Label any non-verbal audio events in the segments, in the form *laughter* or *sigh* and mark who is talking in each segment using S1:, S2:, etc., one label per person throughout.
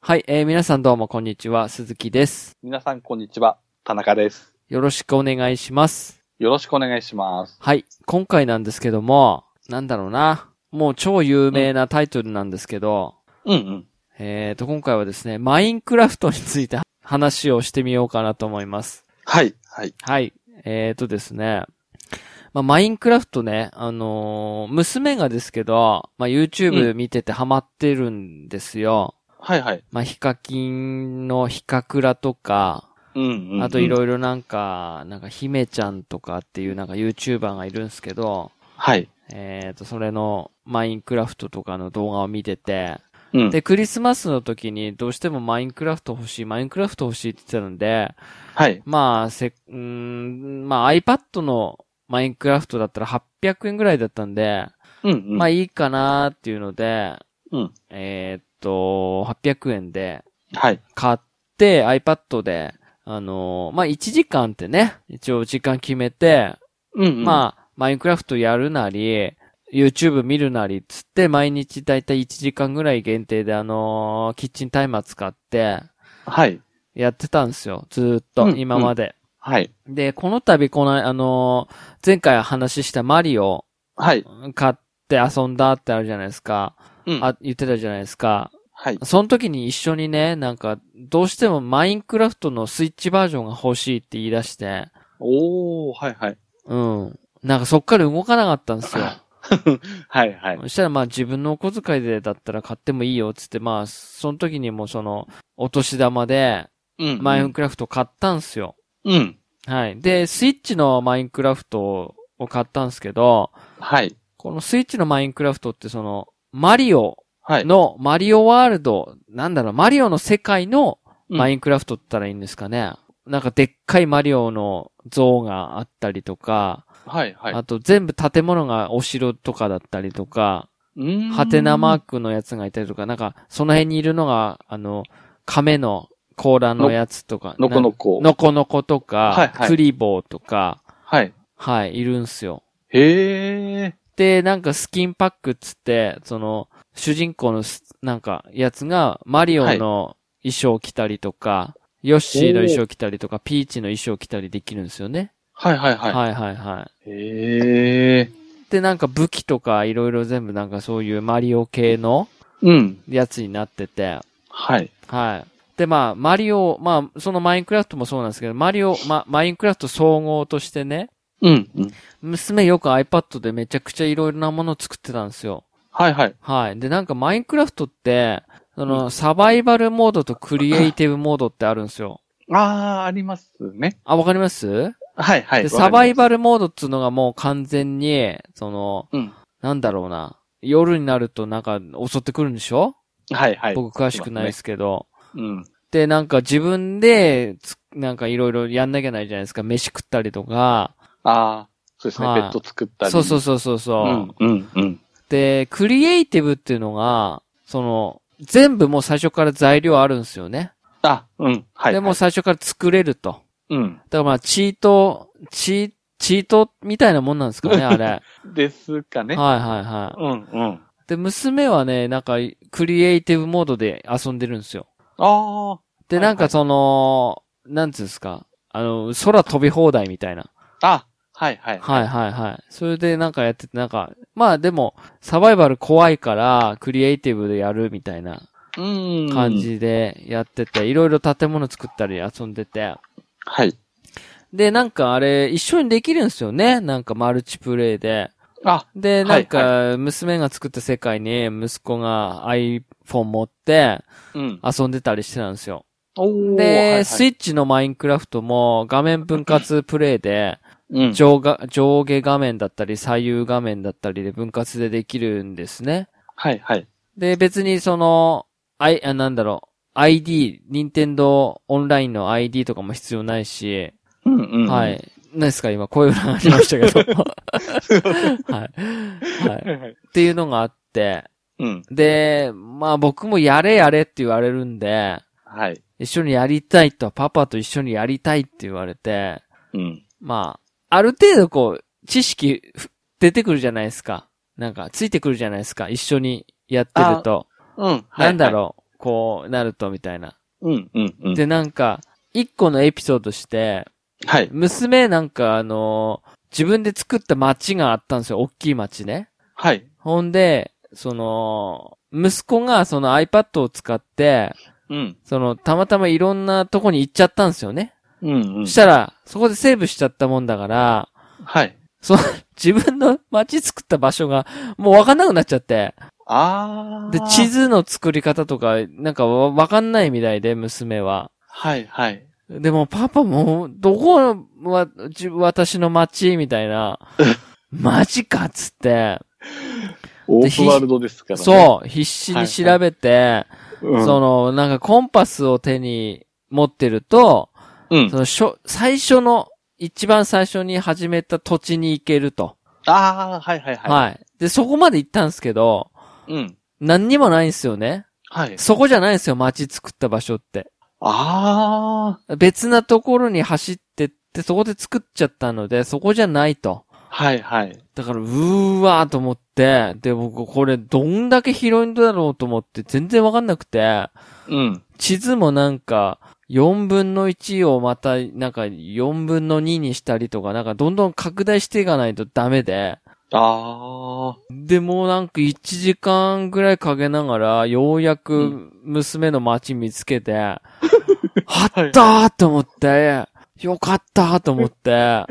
S1: はい、えー皆さんどうもこんにちは、鈴木です。
S2: 皆さん、こんにちは。田中です。
S1: よろしくお願いします。
S2: よろしくお願いします。
S1: はい、今回なんですけども、なんだろうな。もう超有名なタイトルなんですけど、
S2: うんうん。
S1: えーと、今回はですね、マインクラフトについて話をしてみようかなと思います。
S2: はい、はい。
S1: はい、えーとですね、まあ、マインクラフトね、あのー娘がですけど、まあ、YouTube 見ててハマってるんですよ。
S2: はい、はい。
S1: まあ、ヒカキンのヒカクラとか、
S2: うんうん、うん。
S1: あとい
S2: ろ。
S1: ろいろなんか、なんか、姫ちゃんとかっていうなんか YouTuber がいるんですけど、
S2: はい。
S1: えっ、と、それのマインクラフトとかの動画を見てて、
S2: うん。
S1: で、クリスマスの時にどうしてもマインクラフト欲しい、マインクラフト欲しいって言ってたので、
S2: はい。
S1: まあ、せ、うーん、まあ iPad のマインクラフトだったら800円ぐらいだったんで、
S2: うん、うん。
S1: まあいいかなーっていうので、
S2: うん。
S1: えっ、と、800円で
S2: はい。
S1: 買って iPad で、あのーまあ、1時間ってね、一応時間決めて、
S2: うん、うん。
S1: まあ、マインクラフトやるなり、YouTube 見るなりっつって、毎日だいたい1時間ぐらい限定であのーキッチンタイマー使って、
S2: あ。はい。
S1: やってたんですよ。ずーっと、
S2: うん
S1: 今まで。
S2: はい。
S1: で、この度、この、あのー前回話したマリオ
S2: はい。
S1: 買って遊んだってあるじゃないですか。
S2: うん。
S1: あ、言ってたじゃないですか。
S2: はい。
S1: その時に一緒にね、なんか、どうしてもマインクラフトのスイッチバージョンが欲しいって言い出して、
S2: おー、はい、はい。
S1: うん。なんかそっから動かなかったんですよ。
S2: はい、はい。
S1: そしたらまあ自分のお小遣いでだったら買ってもいいよっつって、まあ、その時にもうその、お年玉で、
S2: うん。
S1: マインクラフト買ったんすよ。
S2: うん。
S1: はい。で、スイッチのマインクラフトを買ったんすけど、
S2: はい。
S1: このスイッチのマインクラフトってその、マリオ
S2: はい。
S1: の、マリオワールド、なんだろう、マリオの世界の
S2: うん
S1: マインクラフトって言ったらいいんですかね。なんかでっかいマリオの像があったりとか、
S2: はい、はい。
S1: あと全部建物がお城とかだったりとか、
S2: うーん
S1: ハテナマー。クのやつがいたりとか、なんかその辺にいるのが、あの、亀の甲羅のやつとか、
S2: のこの
S1: な
S2: こ。
S1: のこのことか、
S2: はいはい
S1: クリボーとか、
S2: はい。
S1: はい、いるんすよ。
S2: へー。
S1: で、なんかスキンパックっつって、その、主人公のす、なんか、やつが、マリオの衣装を着たりとか、ヨッシーの衣装を着たりとか、ピーチの衣装を着たりできるんですよね。
S2: はい、はい、
S1: はい、
S2: は。
S1: はい、はいはい
S2: へー。
S1: いで、なんか武器とか、いろいろ全部なんかそういうマリオ系の
S2: うん。
S1: やつになってて、
S2: はい。
S1: はい。で、まあ、マリオ、まあ、そのマインクラフトもそうなんですけど、マリオ、ま、マインクラフト総合としてね、
S2: うん、うん。
S1: 娘よく iPad でめちゃくちゃいろいろなものを作ってたんですよ。
S2: はい、はい。
S1: はい。で、なんかマインクラフトって、その、サバイバルモードとクリエイティブモードってあるんですよ。
S2: あー、ありますね。
S1: あ、わかります
S2: はい、はい。
S1: で、サバイ
S2: ル。
S1: バルモードっつうのがもう完全に、その、
S2: うん。
S1: なんだろうな。夜になるとなんか襲ってくるんでしょ
S2: はい、はい。
S1: 僕詳しくないですけど。
S2: うん。
S1: で、なんか自分でつ、なんかいろいろやんなきゃないじゃないですか。飯食ったりとか。
S2: ああ、そうですね。
S1: は
S2: ベ
S1: い
S2: ッド作ったり。
S1: そうそうそうそうそうう、
S2: ん、うん、うん。
S1: で、クリエイティブっていうのが、その、全部もう最初から材料あるんですよね。
S2: あ、うん、はい。
S1: でもう最初から作れると。
S2: うん。
S1: だからまあ、チート、チー、チートみたいなもんなんですか
S2: *laughs*
S1: ね、あれ。はい
S2: ですかね。
S1: はいは
S2: うん、うん。
S1: い。で、娘はね、なんか、クリエイティブモードで遊んでるんですよ。
S2: あ
S1: で、なんかその、なんつうんですか、あの、空飛び放題みたいな。
S2: あ、あ、はい、はい。
S1: はいはいはい。それでなんかやってて、なんか、まあでも、サバイバル怖いから、クリエイティブでやるみたいな
S2: うん。
S1: 感。じでやってて、いろいろ建物作ったり遊んでて。
S2: はい。
S1: で、なんかあれ、一緒にできるんですよね。なんかマルチプレイで。
S2: あ、
S1: で、
S2: は
S1: ないんか、娘が作った世界に息子が iPhone 持って
S2: うん。
S1: 遊んでたりしてたんですよ。
S2: おーはいは
S1: で、
S2: い
S1: スイッチのマインクラフトも画面分割プレイで、
S2: うん。
S1: 上が上下画面だったり左右画面だったりで分割でできるんですね。
S2: はい、はい。
S1: で、別にその、あい、あなんだろう、ID、任天堂オンラインの ID とかも必要ないし、
S2: うん、うん。
S1: は。い。何ですか今、こういうのありました
S2: *laughs*
S1: けど。はい。はい。
S2: はい、はい。
S1: っていうのがあって、
S2: うん。
S1: で、まあ僕もやれやれって言われるんで、
S2: はい。
S1: 一緒にやりたいと、パパと一緒にやりたいって言われて、
S2: うん。
S1: まあ、ある程度こう、知識ふ出てくるじゃないですか。なんか、ついてくるじゃないですか。一緒にやってると。
S2: うん。はい
S1: なんだろう、こう、なるとみたいな。
S2: うん、うん、うん。
S1: で、なんか、一個のエピソードとして、
S2: はい。
S1: 娘なんかあの、自分で作った町があったんですよ。大きい町ね。
S2: はい。
S1: ほんで、その、息子がその iPad を使って、
S2: うん。
S1: その、たまたまいろんなとこに行っちゃったんですよね。
S2: うん、うん
S1: そし。たら、そこでセーブしちゃったもんだから、
S2: はい。
S1: 自分の街作った場所が、もうわかんなくなっちゃって。
S2: あー。
S1: で、地。図の作り方とか、なんかわわかんないみたいで、娘は。
S2: はい、はい。
S1: でも、パパもう、どこは、自私の街みたい
S2: *laughs*
S1: な。マジかっつって。
S2: オープンワールドですからね。
S1: そう、必死に調べて、
S2: う
S1: そ
S2: ん。
S1: の、なんかコンパスを手に持ってると、
S2: うん
S1: そ。の、しょ最初の、一番最初に始めた土地に行けると。
S2: あー、はい、はい、は
S1: はい。で、そこまで行ったんですけど、
S2: い。うん。
S1: 何にもないんですよね。
S2: はい。
S1: そこじゃないんですよ、街作った場所って。
S2: あ
S1: 別なところに走ってって、そこで作っちゃったので、そこじゃないと。
S2: ー。はい、はい。
S1: だから、うーわーと思って、で、僕、これ、どんだけ広いんだろうと思って、全然わかんなくて、
S2: うん。
S1: 地図もなんか、4分の1をまた、なんか、4分の2にしたりとか、なんか、どんどん拡大していかないとダメで、
S2: あー。
S1: で、もうなんか1時間ぐらいかけながら、ようやく娘の街見つけて、 *laughs* はったーと思って、よかったーと思って、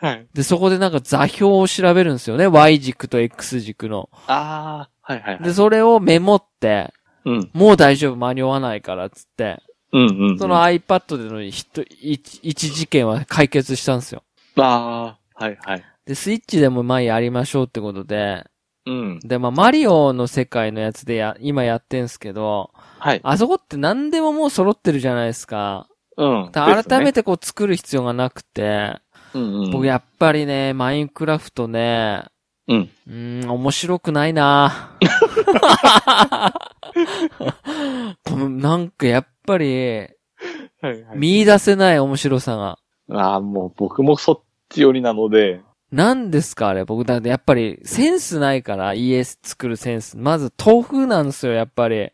S2: はい。
S1: で、そこでなんか座標を調べるんですよね。Y 軸と X 軸の。
S2: あー。はい、はい、はい。
S1: で、それをメモって、
S2: うん。
S1: もう大丈夫、間に合わないから、つって。
S2: うん、うんうん。
S1: その iPad での一、一一事件は解決したんですよ。
S2: あー。はい、はい。
S1: で、スイッチでも前やりましょうってことで、
S2: うん。
S1: で、まあ、マリオの世界のやつでや、今やってんすけど、
S2: はい。
S1: あそこって何でももう揃ってるじゃないですか。
S2: うん。
S1: だから改め
S2: て、
S1: てこう作る必要がなくて、
S2: うんうん。
S1: 僕やっぱりね、マインクラフトね、
S2: うん。
S1: うーん、面白くない
S2: *laughs*
S1: な *laughs* このなんかやっぱり、
S2: はい、はい。
S1: 見出せない面白さが。
S2: ああ、もう僕もそっち寄りなので、
S1: 何ですかあれ僕、だってやっぱりセンスないから、家作るセンス。まず豆腐なんですよ、やっぱ
S2: *laughs*
S1: り。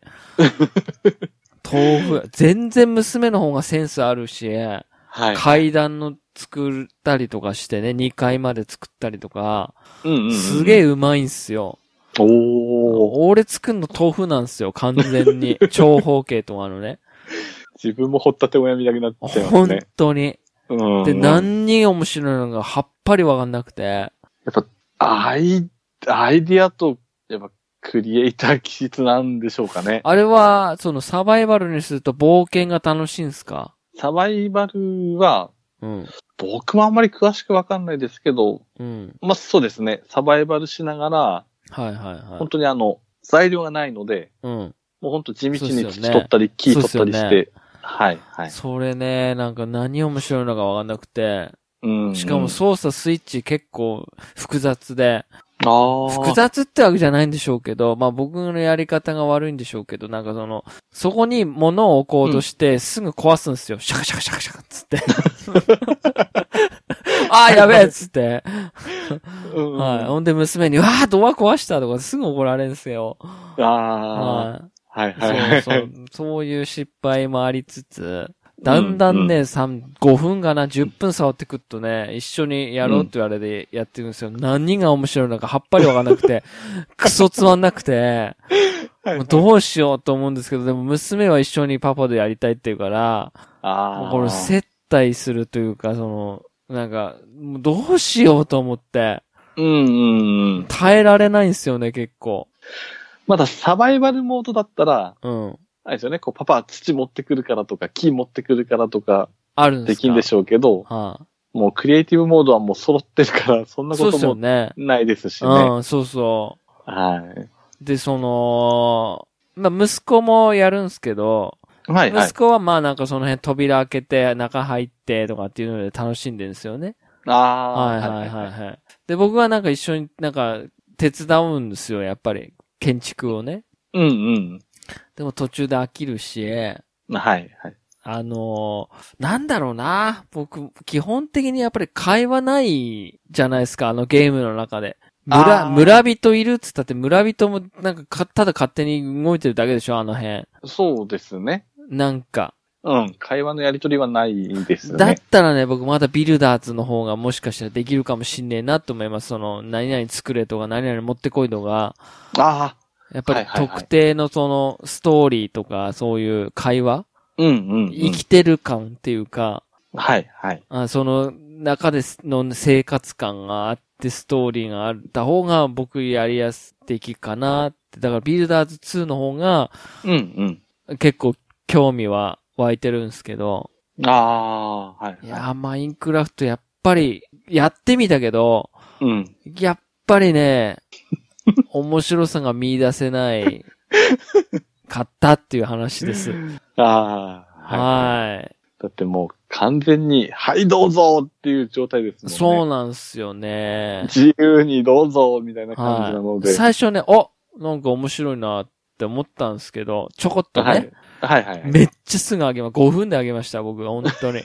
S1: 豆腐。全然娘の方がセンスあるし、
S2: はい。
S1: 階段の作ったりとかしてね、2階まで作ったりとか、
S2: うんうんうん、
S1: すげえ
S2: え。
S1: うまいんすよ。
S2: おお。
S1: 俺作んの豆腐なんすよ、完全
S2: *laughs*
S1: に。長方形とかのね。
S2: 自分も掘ったてもやみたくなっちゃいます
S1: 本
S2: ね。
S1: 当に。
S2: うん。
S1: で、何に面白いのか、はっぱりわかんなくて。
S2: アイ、アイディアと、やっぱ、クリエイター気質なんでしょうかね。
S1: あれは、そのサバイバルにすると冒険が楽しいんすか
S2: サバイバルは、
S1: うん。
S2: 僕もあんまり詳しくわかんないですけど、
S1: うん。
S2: まあ、そうですね。サバイバルしながら、
S1: はいはいは
S2: 本
S1: い。
S2: 当にあの、材料がないので、
S1: うん。
S2: もう本当地道
S1: そう
S2: に
S1: です
S2: 土
S1: よね
S2: 取ったり、木取っ
S1: そ
S2: た
S1: うで
S2: り
S1: すよ
S2: し
S1: ね
S2: て、はい、はい。
S1: それね、なんか何面白いのかわかんなくて。
S2: うんうん。
S1: しかも操作スイッチ結構複雑で。
S2: ああ。
S1: 複雑ってわけじゃないんでしょうけど、まあ僕のやり方が悪いんでしょうけど、なんかその、そこに物を置こうとして、すぐ壊すんですよ。シャカシャカシャカシャカっつって。 *laughs* ああ、やべえっつって。
S2: うんうん。
S1: はい。ほんで娘に、わあ、ドア壊したとかすぐ怒られるんですよ。
S2: あ
S1: はい。
S2: あ、はいはいは
S1: そうそ
S2: い。
S1: う。そういう失敗もありつつ、だんだんね、三5分かな、10分触ってくっとね、一緒にやろうって言われてやってるんですよ。何が面白いのか、はっぱりわかんなく
S2: *laughs*
S1: て、クソつまんなくて、
S2: はい
S1: もうどうしようと思うんですけど、でも娘は一緒にパパでやりたいっていうから、
S2: あ
S1: もう
S2: あ。
S1: これ接待するというか、その、なんか、もうどうしようと思って、
S2: うんうんうん。
S1: 耐えられないんですよね、結構。
S2: まだサバイバルモードだったら、
S1: うん。
S2: あれですよね、こうパパ土持ってくるからとか、木持ってくるからとか、
S1: あるんで
S2: です
S1: か
S2: きんでしょうけど、
S1: は
S2: もうクリエイティブモードはもう揃ってるから、 *laughs* そん
S1: い
S2: な
S1: そうで
S2: こと
S1: すよ
S2: も
S1: ね。
S2: ないですしね。
S1: うん、そうそ
S2: は
S1: う。で、その、まあ、息子もやるんすけど、
S2: い。はいはい
S1: 息。子はまあなんかその辺扉開けて、中入ってとかっていうので楽しんでるんですよね。はい
S2: ああー。
S1: はいはいはい。で、僕はなんか一緒になんか手伝うんですよ、やっぱり。建築をね。
S2: うん
S1: でも途中で飽きるし、
S2: うん。はいはい。
S1: あのーなんだろうな。僕、基本的にやっぱり会話ないじゃないですか、あのゲームの中で。村、
S2: あー
S1: 村人いるっつったって村人もなんかか、ただ勝手に動いてるだけでしょあの辺。
S2: そうですね。
S1: なんか。
S2: うん。会話のやりとりはないです
S1: だっ
S2: ね。
S1: たらね、僕まだビルダーズの方がもしかしたらできるかもしんねえなと思います。その、何々作れとか何々持ってこいとか、
S2: ああ。
S1: やっぱ
S2: はい
S1: り
S2: はいはい
S1: 特定のその、ストーリーとか、そういう会話、
S2: うんうん、うん。
S1: 生きてる感っていうか、
S2: はいはい。
S1: あその中ですの生活感があって、ストーリーがあった方が僕やりやす的かなって。だからビルダーズ2の方が
S2: うんうん。
S1: 結構興味は湧いてるんですけど、
S2: ああ、はいい、はい。
S1: やー、マインクラフトやっぱり、やってみたけど、
S2: うん。
S1: やっぱり *laughs* ね、面白さが見出せない、かったっていう話 *laughs* です。
S2: ああ、。
S1: はい
S2: だってもう完全に、はいどうぞっていう状態ですもん
S1: い。
S2: ね。
S1: そうなんですよ
S2: *laughs*
S1: ね。
S2: 自由にどうぞみたいな感じなの
S1: はい。
S2: で。
S1: 最初ね、おなんか面白いなって思ったんですけど、ちょこっとね、
S2: はい。はいはいはい。
S1: めっちゃすぐあげま、5分であげました、僕、本当
S2: *laughs*
S1: に。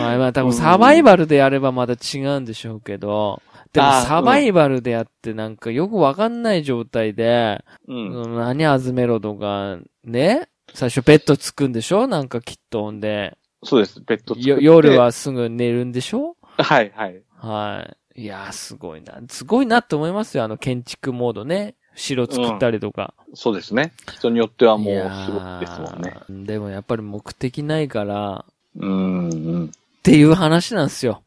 S1: はい、まあ多分サバイバルでやればまた違うんでしょうけど、でも
S2: あー
S1: サバイバルでやってなんかよくわかんない状態で、
S2: うん。
S1: うん何あずめろとか、ね最初ベッドつくんでしょなんかきっとほんで。
S2: そうです。ベッド作って
S1: よ夜。はすぐ寝るんでしょ
S2: はいはい。
S1: はい。いやー、すごいな。すごいなって思いますよ。あの建築モードね。城作ったりとか。
S2: そうですね。人によってはもう
S1: い
S2: す
S1: や
S2: ごいですもんね。
S1: ーでもやっぱり目的ないから、
S2: うんうん。
S1: っていう話なんです
S2: *laughs*
S1: よ。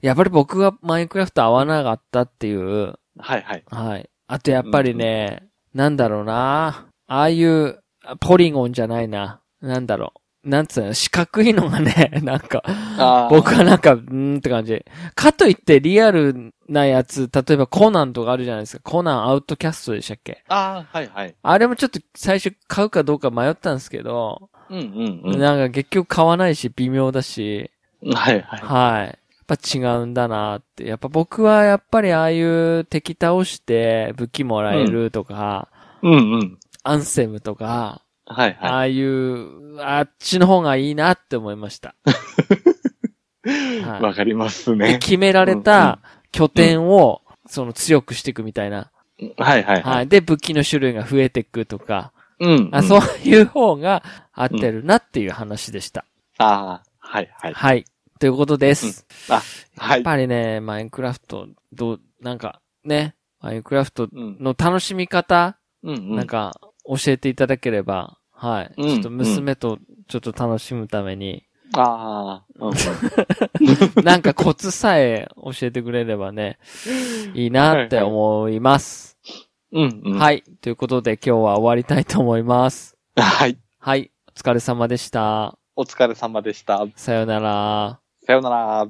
S1: やっぱり僕がマインクラフト合わなかったっていう、
S2: はいはい。
S1: はい。あとやっぱりね、なんだろうなああいう、あポリゴンじゃないな。なんだろう。なんつうの、四角いのがね、 *laughs* なんか、
S2: あー
S1: 僕はなんか、うーんって感じ。かといってリアルなやつ、例えばコナンとかあるじゃないですか。コナンアウトキャストでしたっけ
S2: ああ、はいはい。
S1: あれもちょっと最初買うかどうか迷ったんですけど、
S2: うんうんうん。
S1: なんか結局買わないし、微妙だし、
S2: はいはい。
S1: はい。やっぱ違うんだなって。やっぱ僕はやっぱりああいう敵倒して武器もらえるとか、
S2: うんうん。
S1: アンセムとか、
S2: はい
S1: あ
S2: は
S1: あいう、あっちの方がいいなって思いま
S2: *laughs*
S1: した。
S2: い。
S1: はい
S2: わかりま
S1: で
S2: すね。
S1: 決められた拠点を、その強くしていくみたいな。
S2: はいはいは。
S1: はいい。で、武器の種類が増えていくとか、
S2: うん。
S1: あそうう。いう方が合ってるなっていう話でした。
S2: ああ、はいはい。
S1: はい。ということです。
S2: うんあ、は
S1: やっ
S2: い。
S1: ぱりね、マインクラフト、どう、なんか、ね、マインクラフト
S2: うん。
S1: の楽しみ方、
S2: うんう
S1: なんか、教えていただければ、はい。
S2: うん
S1: ちょっと娘と、ちょっと楽しむために、
S2: ああ、うんうん。
S1: なんかコツさえ教えてくれれば
S2: *laughs*
S1: ね、いいなって思います。
S2: うんうん。
S1: はい。ということで今日は終わりたいと思います。
S2: はい。
S1: はい。お疲れ様でした。
S2: お疲れ様でした。
S1: さようなら。
S2: さようなら。